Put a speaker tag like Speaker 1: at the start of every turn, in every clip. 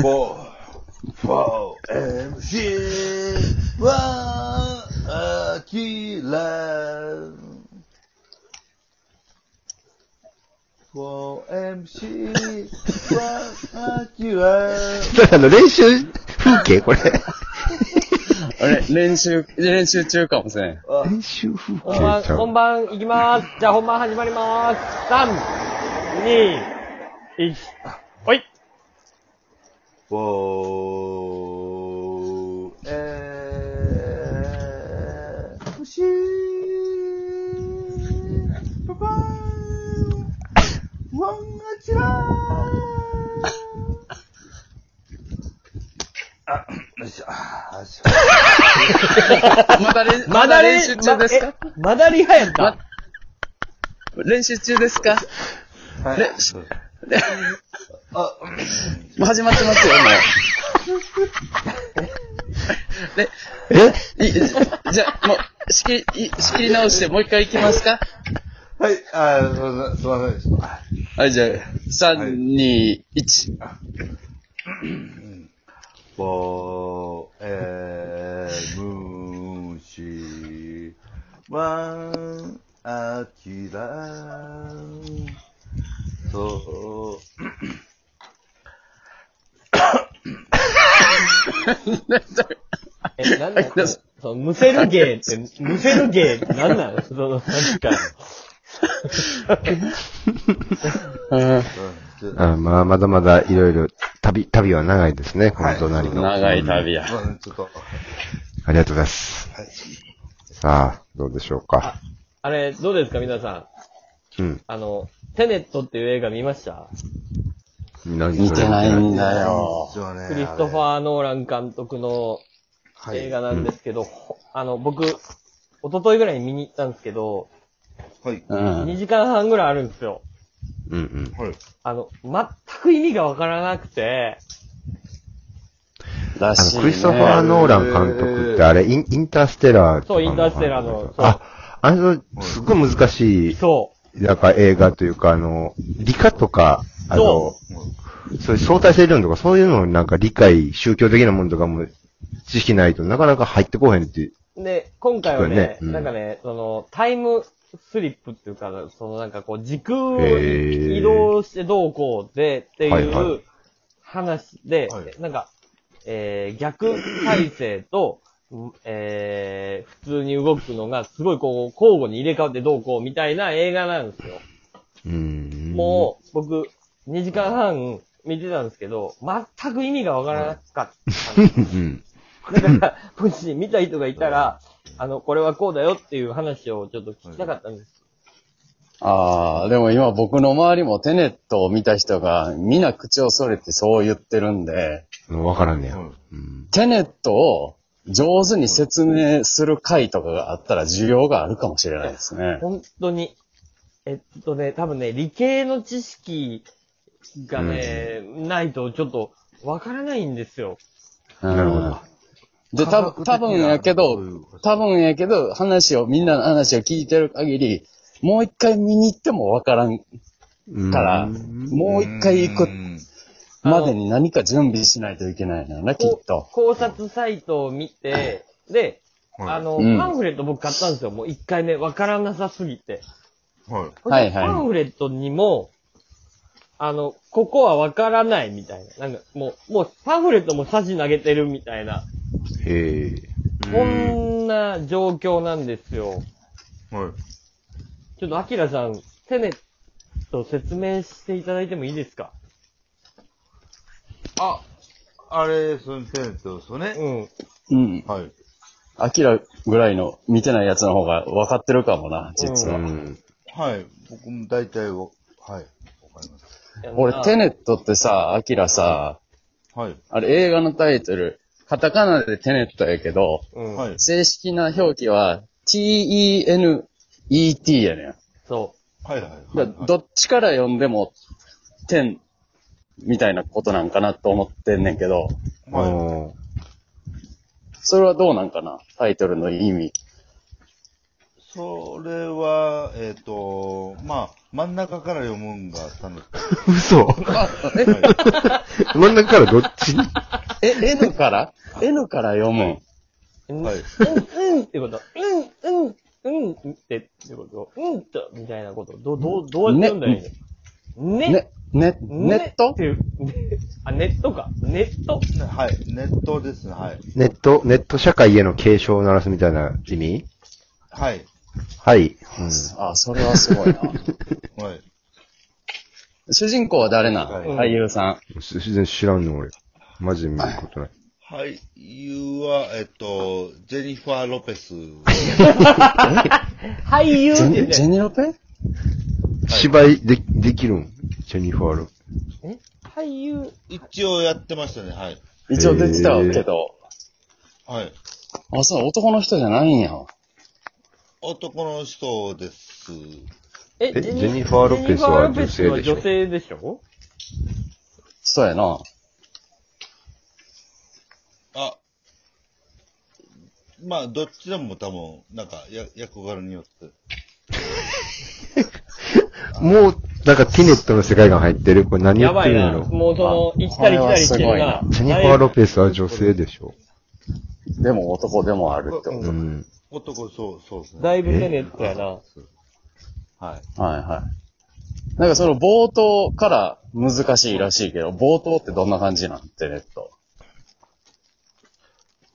Speaker 1: four, four, MC, one, Akira. Four, MC, one, Akira.
Speaker 2: だからあの練習風 景これ。
Speaker 3: あれ、練習、練習中かもしれん。
Speaker 2: 練習風景
Speaker 4: 本番、
Speaker 2: ちゃう
Speaker 4: 本番いきまーす。じゃあ本番始まりまーす。3、2、1、おい
Speaker 1: Four, MC, one, Akira.
Speaker 3: まだ練、まだ練習中ですか
Speaker 4: まえまだリハやった、
Speaker 3: ま練習中ですか
Speaker 1: はい
Speaker 3: れしれもう始まってますよ、もう。で、
Speaker 2: え
Speaker 3: い、じゃあ、もう、仕切り、い仕切り直して、もう一回行きますか
Speaker 1: はい、あー、すみません、すみませんでした。
Speaker 3: はい、じゃあ、3、2、1。
Speaker 1: ぼー、えー、むーしー、わん、あきら、と、
Speaker 4: え、なんなんそのむせる芸って、むせる芸ってなんなのその、なんか。
Speaker 1: うん
Speaker 2: あまあ、まだまだいろいろ、旅、旅は長いですね、この隣の。
Speaker 3: 長い旅や。
Speaker 1: すいません、ちょっと、
Speaker 2: ありがとうございます。さあ、どうでしょうか。
Speaker 4: あれ、どうですか皆さん。
Speaker 2: うん。
Speaker 4: あの、テネットっていう映画見ました
Speaker 2: 見
Speaker 3: 見てないんだよ。
Speaker 1: 実はね
Speaker 4: クリストファー・ノーラン監督の
Speaker 1: あれ
Speaker 4: 映画なんですけど、ほあの、僕、一昨日ぐらいに見に行ったんですけど、
Speaker 1: はい、
Speaker 3: う
Speaker 4: 2
Speaker 3: ん。
Speaker 4: 時間半ぐらいあるんですよ。
Speaker 2: うんうん。
Speaker 1: はい、
Speaker 4: あの、全く意味がわからなくて、
Speaker 3: ら
Speaker 2: あ
Speaker 3: しい、
Speaker 2: の、
Speaker 3: ね。
Speaker 2: クリストファー・ノーラン監督ってあれ、インインターステラーとか
Speaker 4: そうインターステラーのそう
Speaker 2: あ、あの、すっごい難しい、
Speaker 4: そ
Speaker 2: なんか映画というか、あの、理科とか、あの
Speaker 4: そ、
Speaker 2: そういう相対性理論とか、そういうのをなんか理解、宗教的なものとかも知識ないとなかなか入ってこへんっていう。
Speaker 4: う。で、今回はね、
Speaker 2: そうねうん
Speaker 4: なんかね、その、タイムスリップっていうか、そのなんかこう、時空を
Speaker 2: へー
Speaker 4: 移動してどうこうでって
Speaker 2: はいいは
Speaker 4: う話で、
Speaker 1: はい
Speaker 4: なんか、えー、逆体制と、うんえー、普通に動くのがすごいこう、交互に入れ替わってどうこうみたいな映画なんですよ。
Speaker 2: うん。
Speaker 4: もう、僕、2時間半見てたんですけど、全く意味がわからなかったんです
Speaker 2: う。ん。
Speaker 4: だから、もし見た人がいたら、あの、これはこうだよっていう話をちょっと聞きたかったんです。
Speaker 3: ああ、でも今僕の周りもテネットを見た人が、皆口をそれてそう言ってるんで、
Speaker 2: うん。わからんねや。
Speaker 1: うん
Speaker 2: うん。
Speaker 3: テネットを上手に説明する回とかがあったら需要があるかもしれないですね。
Speaker 4: 本当に。えっとね、多分ね、理系の知識がね、ないとちょっとわからないんですよ。
Speaker 2: なるほど。
Speaker 3: で、たぶん、多分やけ
Speaker 1: 科学的なそうい
Speaker 3: ど
Speaker 1: うこ、と
Speaker 3: 多分やけど、話を、みんなの話を聞いてる限り、もう一回見に行ってもわからんか
Speaker 2: うん
Speaker 3: ら、もう一回行く
Speaker 1: うん
Speaker 3: までに何か準備しないといけないのよな、きっ
Speaker 4: こう
Speaker 3: と。
Speaker 4: 考察サイトを見て、で、
Speaker 1: はい
Speaker 4: あの、
Speaker 3: うん
Speaker 4: パンフレット僕買ったんですよ。もう1回目、わからなさすぎて。
Speaker 1: はい、
Speaker 3: はいはい
Speaker 4: パンフレットにも、あの、ここはわからないみたいな。なんか、もう、もう、パンフレットもサジ投げてるみたいな。
Speaker 2: へえ。
Speaker 4: こんな状況なんですよ。
Speaker 1: はい。
Speaker 4: ちょっと、アキラさん、テネット説明していただいてもいいですか
Speaker 1: あ、あれ、そのテネットですよね。
Speaker 4: うん。
Speaker 3: うん。
Speaker 1: はい。
Speaker 3: アキラぐらいの見てないやつの方が分かってるかもな、実
Speaker 2: う
Speaker 3: は。
Speaker 2: ん。
Speaker 1: はい。僕も大体を、はい。わかります。
Speaker 3: 俺、テ
Speaker 4: ネ
Speaker 3: ネットってさ、アキラさ、
Speaker 1: はい。
Speaker 3: あれ映画のタイトル、カタカナでテネットやけど、
Speaker 4: うん。
Speaker 1: はい。
Speaker 3: 正式な表記は t-e-n-e-t やねん。
Speaker 4: そ
Speaker 1: はいはい。は
Speaker 3: だ
Speaker 1: い
Speaker 3: どっちから読んでも、テンみたいなことなんかなと思ってんねんけど、
Speaker 1: はい
Speaker 2: おー
Speaker 3: それはどうなんかなタイトルの意味。
Speaker 1: それは、えっ、と、まあ、真ん中から読むんが楽しい。
Speaker 2: 嘘。
Speaker 1: はい
Speaker 2: 真ん中からどっち に
Speaker 3: え、N から ?N から読む。
Speaker 4: うん、
Speaker 1: はい
Speaker 4: うん、うんってこと。うん、うん、うんって、ってこと。うんと、みたいなこと。ど、どう、どうやって読んだらいいのね
Speaker 3: ね、ね、ネット
Speaker 4: っていう。ねあ、ネットか。ネット。
Speaker 1: ねはい。ネットですね。はい。
Speaker 2: ネット、ネット社会への警鐘を鳴らすみたいな意味
Speaker 1: はい。
Speaker 2: はい。
Speaker 3: あ、それはすごい な。
Speaker 1: はい。
Speaker 3: 主人公は誰な
Speaker 1: はい
Speaker 3: 俳優さ
Speaker 2: うん。す 全然知らんの俺。マジで見ることない。
Speaker 1: 俳優は、えっと、ジェニファー・ロペス。
Speaker 4: 俳
Speaker 3: ん。
Speaker 4: 優っ
Speaker 3: ジ
Speaker 4: て
Speaker 3: ェ
Speaker 4: 言っ
Speaker 3: ニジェ
Speaker 4: て。
Speaker 3: ニロペ
Speaker 2: 芝居で、できるんジェニファール。
Speaker 4: え俳優。
Speaker 1: 一応やってましたね。はい。
Speaker 3: 一応出てたけど。
Speaker 1: はい。
Speaker 3: あ、そう、男の人じゃないんや。
Speaker 1: 男の人です。
Speaker 4: え
Speaker 2: えジェニファーロペスは女性でしょ
Speaker 4: ジェニファーロペスは女性でしょ
Speaker 3: そうやな。
Speaker 1: あ、まあ、どっちでも多分、なんか、や役柄によって。
Speaker 2: もう、なんかティネットの世界観入ってる。これ何言
Speaker 4: や
Speaker 2: っ
Speaker 4: ば
Speaker 2: て
Speaker 4: い
Speaker 2: るん
Speaker 4: な。
Speaker 2: やろ
Speaker 4: もうその、行ったり来たりしてるな
Speaker 3: これはすごい。
Speaker 2: ジェニファー・ロペスは女性でしょ。
Speaker 3: でも男でもあるってこ
Speaker 2: う。
Speaker 1: うん男、そう、そうですね。
Speaker 4: だいぶテネットやな。
Speaker 1: はい。
Speaker 3: と。はいはい。なんかその冒頭から難しいらしいけど、冒頭ってどんな感じなんてネット。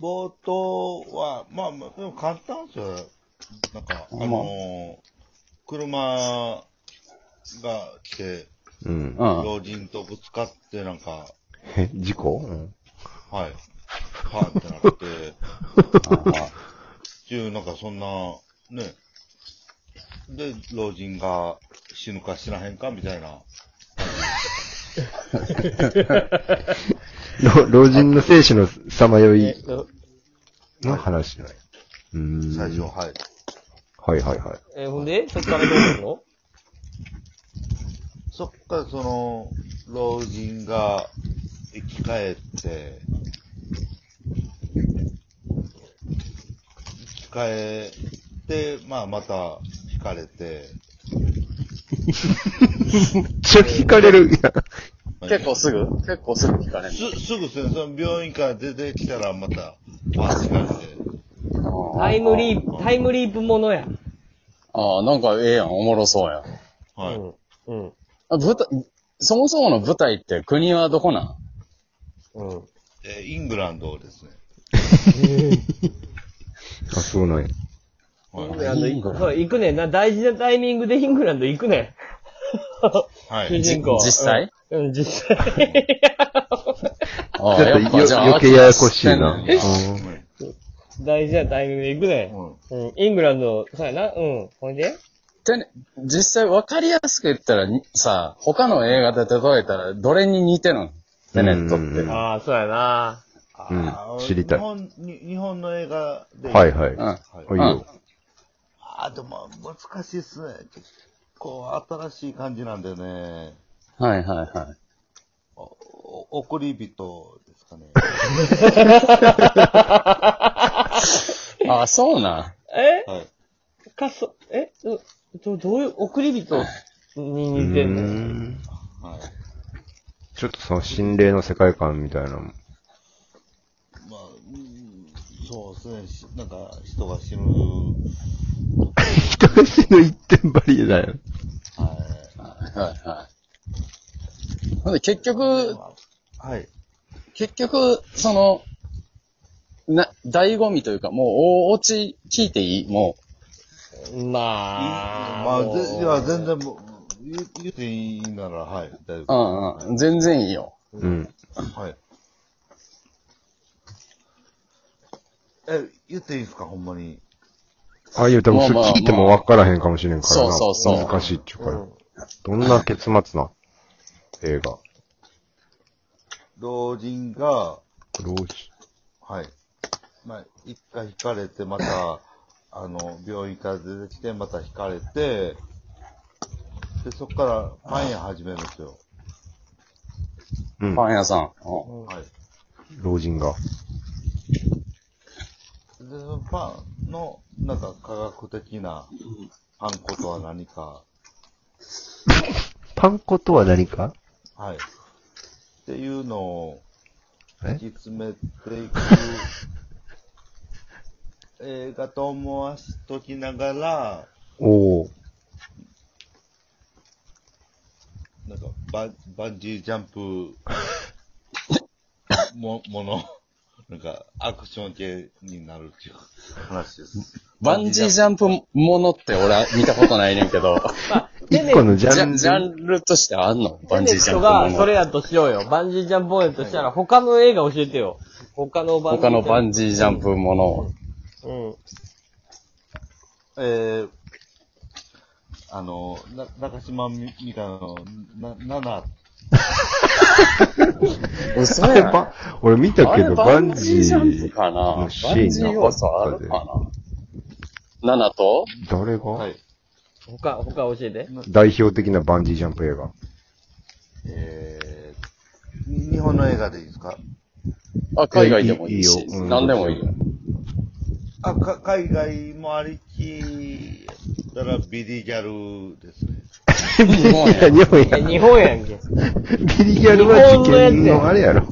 Speaker 1: 冒頭は、まあ、まあでも簡単ですよ。なんか、あ
Speaker 3: まあ
Speaker 1: のー車が来て、
Speaker 2: うん。
Speaker 3: うん。
Speaker 1: 老人とぶつかって、なんか、
Speaker 2: え、事故うん。
Speaker 1: はい。パーってなって、っていう、なんかそんな、ね。で、老人が死ぬか死なへんかみたいな。
Speaker 2: 老老人の生死のさまよい
Speaker 4: えっと
Speaker 2: の話じゃない。うん。
Speaker 1: 最初、はい。
Speaker 2: はいはいはい。
Speaker 4: え、ほんで、そっからどうするの
Speaker 1: そっからその、老人が生き返って、生き返って、まあまた惹かれて、
Speaker 2: ちょ、惹かれ る。いや、
Speaker 3: 結構すぐ結構すぐ聞かれる。
Speaker 1: す、すぐですね、その病院から出てきたらまた、まあ惹かれて、
Speaker 4: タイムリ
Speaker 3: ー
Speaker 4: ープ、タイムリープものや。
Speaker 3: ああ、なんかええやん、おもろそうやん。
Speaker 1: はい。
Speaker 4: うん。うん。
Speaker 3: あ舞台、そもそもの舞台って国はどこなん
Speaker 4: うん。
Speaker 1: えーイングランドですね。
Speaker 2: あ、そうなんや。
Speaker 1: はい
Speaker 4: イングランド
Speaker 3: イングラ
Speaker 4: 行
Speaker 3: ン
Speaker 4: く。
Speaker 3: ド
Speaker 4: そう、行くねんな。大事なタイミングでイングランド行くね
Speaker 1: は
Speaker 4: ん。主
Speaker 1: い。
Speaker 4: 人公。
Speaker 3: じ実際
Speaker 4: うん、 うん実際。
Speaker 3: あ
Speaker 2: ちょっとよ余計ややこしいな。うん
Speaker 4: 大事なタイミングで行くね
Speaker 1: うん
Speaker 4: ん。うん。イングランド、そうやな。うん。ほんで
Speaker 3: てね実際分かりやすく言ったらに、さ、他の映画で例えたら、どれに似てるのテネット
Speaker 2: うんうん
Speaker 3: っ
Speaker 4: ああ、そうやな。
Speaker 1: あー
Speaker 2: 知りたい
Speaker 1: 日本に、日本の映画で。
Speaker 2: はいはい。
Speaker 3: うん
Speaker 2: はいよ。
Speaker 1: あーでも難しいっすね。結構新しい感じなんでね。
Speaker 3: て。はいはいはい。
Speaker 1: おお送り人ですかね。
Speaker 3: あ、そうなん。
Speaker 4: え
Speaker 1: はい。
Speaker 4: かそ、えど、どどういう、送り人に似て
Speaker 2: うん
Speaker 4: の
Speaker 2: ん
Speaker 1: はい。
Speaker 2: ちょっとその心霊の世界観みたいなのも。
Speaker 1: まあ、うんそうですねし。なんか、人が死ぬ。
Speaker 2: 人が死ぬ一点張りだよ。
Speaker 1: は
Speaker 3: はいはい。ほんで結局、
Speaker 1: い。はい。
Speaker 3: 結局、その、な、醍醐味というか、もう大落ち聞いていいも
Speaker 4: まあ。
Speaker 1: まあ、
Speaker 4: もう
Speaker 1: ぜいや、全然もう、言言っていいなら、はい。大丈
Speaker 3: う、う
Speaker 1: 夫。
Speaker 3: んうん、全然いいよ。
Speaker 2: うん。
Speaker 1: はい。え、言っていいですか、ほんまに。
Speaker 2: ああいう歌もそれ
Speaker 3: まあまあ
Speaker 2: 聞いても分からへんかもしれんからな。
Speaker 3: そうそうそう
Speaker 2: 難しいっていう
Speaker 4: う
Speaker 2: か
Speaker 4: ん。
Speaker 2: どんな結末な映画。
Speaker 1: 老人が、
Speaker 2: 老人。
Speaker 1: はい。まあ、一回引かれて、ま た、あの、病院から出てきて、また引かれて、で、そこからパン屋始めるんですよ。
Speaker 2: うん。
Speaker 3: パン屋さん。うん
Speaker 1: はい。
Speaker 2: 老人が。
Speaker 1: で、そのパンの、なんか科学的なパン粉とは何か、
Speaker 2: パン粉とは何か
Speaker 1: はい。っていうのを突
Speaker 2: え
Speaker 1: き詰めていく 映画と思わしときながら、
Speaker 2: おー。
Speaker 1: なんかバンバンジージャンプももの、なんかアクション系になるっていう話です。
Speaker 3: バンジージャンプものって俺は見たことないねんけど、
Speaker 4: まあ、テネ
Speaker 2: 一個のジ
Speaker 3: ジ
Speaker 2: ャ
Speaker 3: ャ
Speaker 2: ン
Speaker 3: ン
Speaker 2: ル。
Speaker 3: ジャンルとしてあんのバ
Speaker 4: テ
Speaker 3: ン
Speaker 4: ネ
Speaker 3: ジージ
Speaker 4: ッ
Speaker 3: ャ
Speaker 4: ト
Speaker 3: ンプも
Speaker 4: が
Speaker 3: の。
Speaker 4: それやとしようよ。バンジージャンプ応援としたら、他の映画教えてよ。他のバンジー
Speaker 3: 他のバン
Speaker 4: ジ
Speaker 3: ジージャンプもの。
Speaker 4: ー。うん。
Speaker 1: えー、あの、な中島みみかんの、な、なな、
Speaker 3: 嘘
Speaker 2: あれ
Speaker 3: やん。
Speaker 2: ば、俺見た
Speaker 3: あ
Speaker 2: け
Speaker 3: れ
Speaker 2: ど、
Speaker 3: バ
Speaker 2: バ
Speaker 3: ン
Speaker 2: ン
Speaker 3: ジ
Speaker 2: ジ
Speaker 3: ージャン
Speaker 2: ー
Speaker 3: プかなバ
Speaker 2: の
Speaker 3: ン
Speaker 2: シーン
Speaker 3: ジー要素あるかな ?7 と
Speaker 2: 誰が、
Speaker 1: はい。
Speaker 4: 他、他教えて。
Speaker 2: 代表的なバンジージャンプ映画。
Speaker 1: えー、日本の映画でいいですか
Speaker 3: あ、海外でもいいし
Speaker 2: いい、いいようん
Speaker 3: 何でもいいよ。
Speaker 1: あ、か、海外もありき、だからビリギャルですね。
Speaker 3: 日本
Speaker 2: いや、
Speaker 3: や
Speaker 2: 日本
Speaker 4: いや、
Speaker 2: や。
Speaker 4: 日本やんけ。
Speaker 2: ビリギャルは事件のあれやろ。
Speaker 3: ち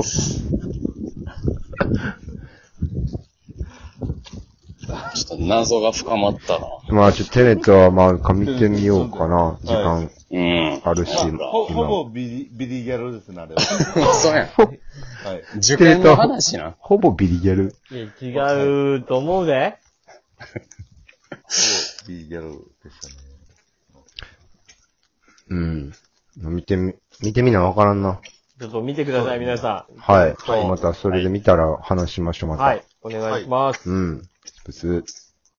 Speaker 3: ょっと謎が深まったな。
Speaker 2: まあ、ちょ、テネットはまあ、か見てみようかな。時
Speaker 1: は
Speaker 2: 間
Speaker 1: い
Speaker 3: うん。
Speaker 2: あるし。
Speaker 3: そう
Speaker 1: ほ、ほ
Speaker 2: 今
Speaker 1: ぼビリ、ビリギャルですね、あれは。
Speaker 3: 嘘やん。
Speaker 1: はい。
Speaker 3: 受験の話な。
Speaker 2: ほぼビリギャル。
Speaker 4: いや、違うと思うぜ。
Speaker 1: ほぼビリギャルでしたね。
Speaker 2: うん。見てみ、見てみなわからんな。
Speaker 4: ちょっと見てください、皆さん。
Speaker 2: はい。
Speaker 4: はい
Speaker 2: またそれで見たら話しましょう、また。
Speaker 4: はい。お願いします。
Speaker 2: うん。ブス。